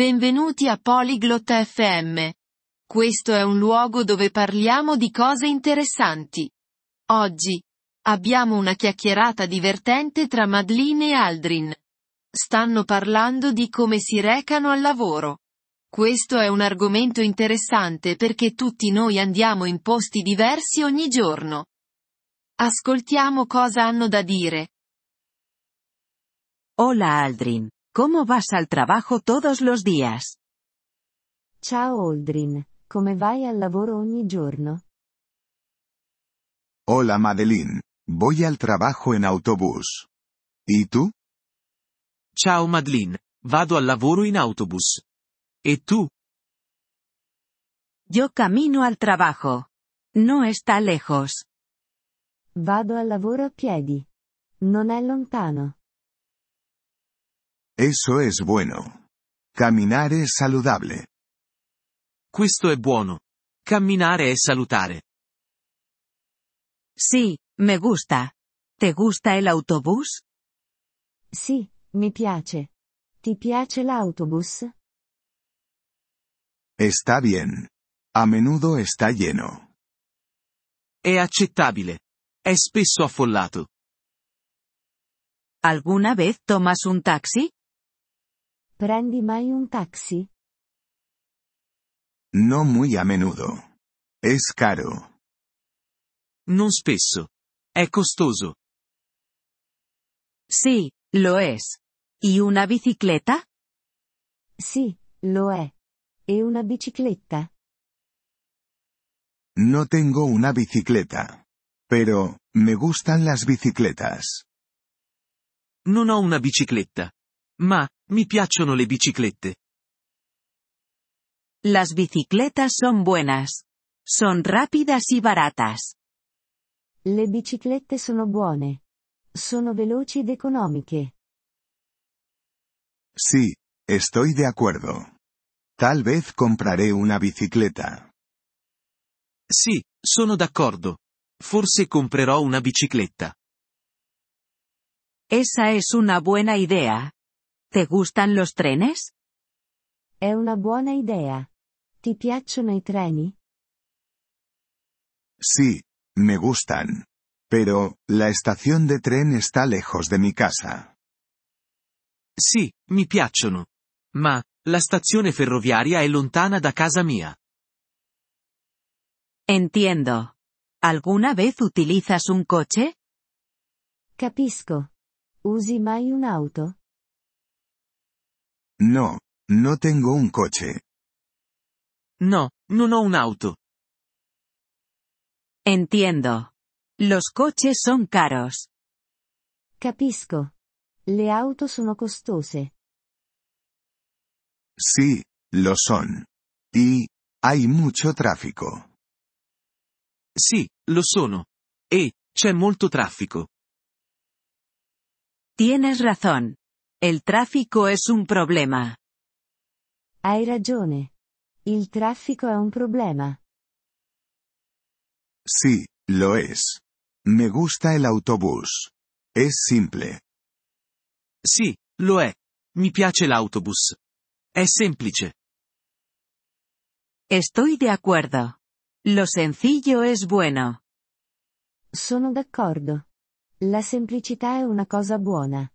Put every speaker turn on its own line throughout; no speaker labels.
Benvenuti a Polyglot FM. Questo è un luogo dove parliamo di cose interessanti. Oggi abbiamo una chiacchierata divertente tra Madeline e Aldrin. Stanno parlando di come si recano al lavoro. Questo è un argomento interessante perché tutti noi andiamo in posti diversi ogni giorno. Ascoltiamo cosa hanno da dire.
Hola Aldrin, ¿cómo vas al trabajo todos los días?
Ciao Aldrin, come vai al lavoro ogni giorno?
Hola Madeline. Voy al trabajo en autobús. ¿Y tú?
Ciao Madeline, vado al lavoro in autobus. E tu?
Yo camino al trabajo. No está lejos.
Vado al lavoro a piedi. Non è lontano.
Eso es bueno. Caminar es saludable.
Questo è buono. Camminare è salutare.
Sí, me gusta. ¿Te gusta el autobús?
Sì, mi piace. Ti piace l'autobus?
Está bien. A menudo está lleno.
È accettabile. È spesso affollato.
¿Alguna vez tomas un taxi?
Prendi mai un taxi?
No muy a menudo. Es caro.
Non spesso. È costoso.
Sí, lo es. ¿Y una bicicleta?
Sì, lo è. E una bicicletta?
No tengo una bicicleta. Pero, me gustan las bicicletas.
Non ho una bicicletta. Ma, mi piacciono le biciclette.
Las bicicletas son buenas. Son rápidas y baratas.
Le biciclette sono buone. Sono veloci ed economiche.
Sí, estoy de acuerdo. Tal vez compraré una bicicleta.
Sì, sono d'accordo. Forse comprerò una bicicletta.
Esa es una buena idea. ¿Te gustan los trenes?
È una buona idea. Ti piacciono i treni?
Sí, me gustan. Pero, la estación de tren está lejos de mi casa.
Sì, mi piacciono. Ma, la stazione ferroviaria è lontana da casa mia.
Entiendo. ¿Alguna vez utilizas un coche?
Capisco. Usi mai un'auto?
No, no tengo un coche.
No, non ho un'auto.
Entiendo. Los coches son caros.
Capisco. Le auto sono costose.
Sí, lo son. Y, hay mucho tráfico.
Sì, lo sono. E, c'è molto traffico.
Tienes razón. El tráfico es un problema.
Hai ragione. Il traffico è un problema.
Sí, lo es. Me gusta el autobús. Es simple.
Sì, lo è. Mi piace l'autobus. È semplice.
Estoy de acuerdo. Lo sencillo es bueno.
Sono d'accordo. La semplicità è una cosa buona.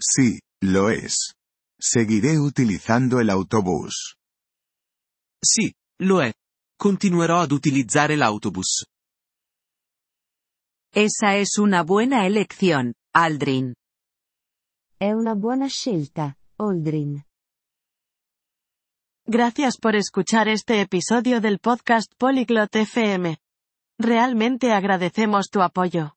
Sí, lo es. Seguiré utilizando el autobús.
Sì, lo è. Continuerò ad utilizzare l'autobus.
Esa es una buena elección, Aldrin.
È una buona scelta, Aldrin.
Gracias por escuchar este episodio del podcast Polyglot FM. Realmente agradecemos tu apoyo.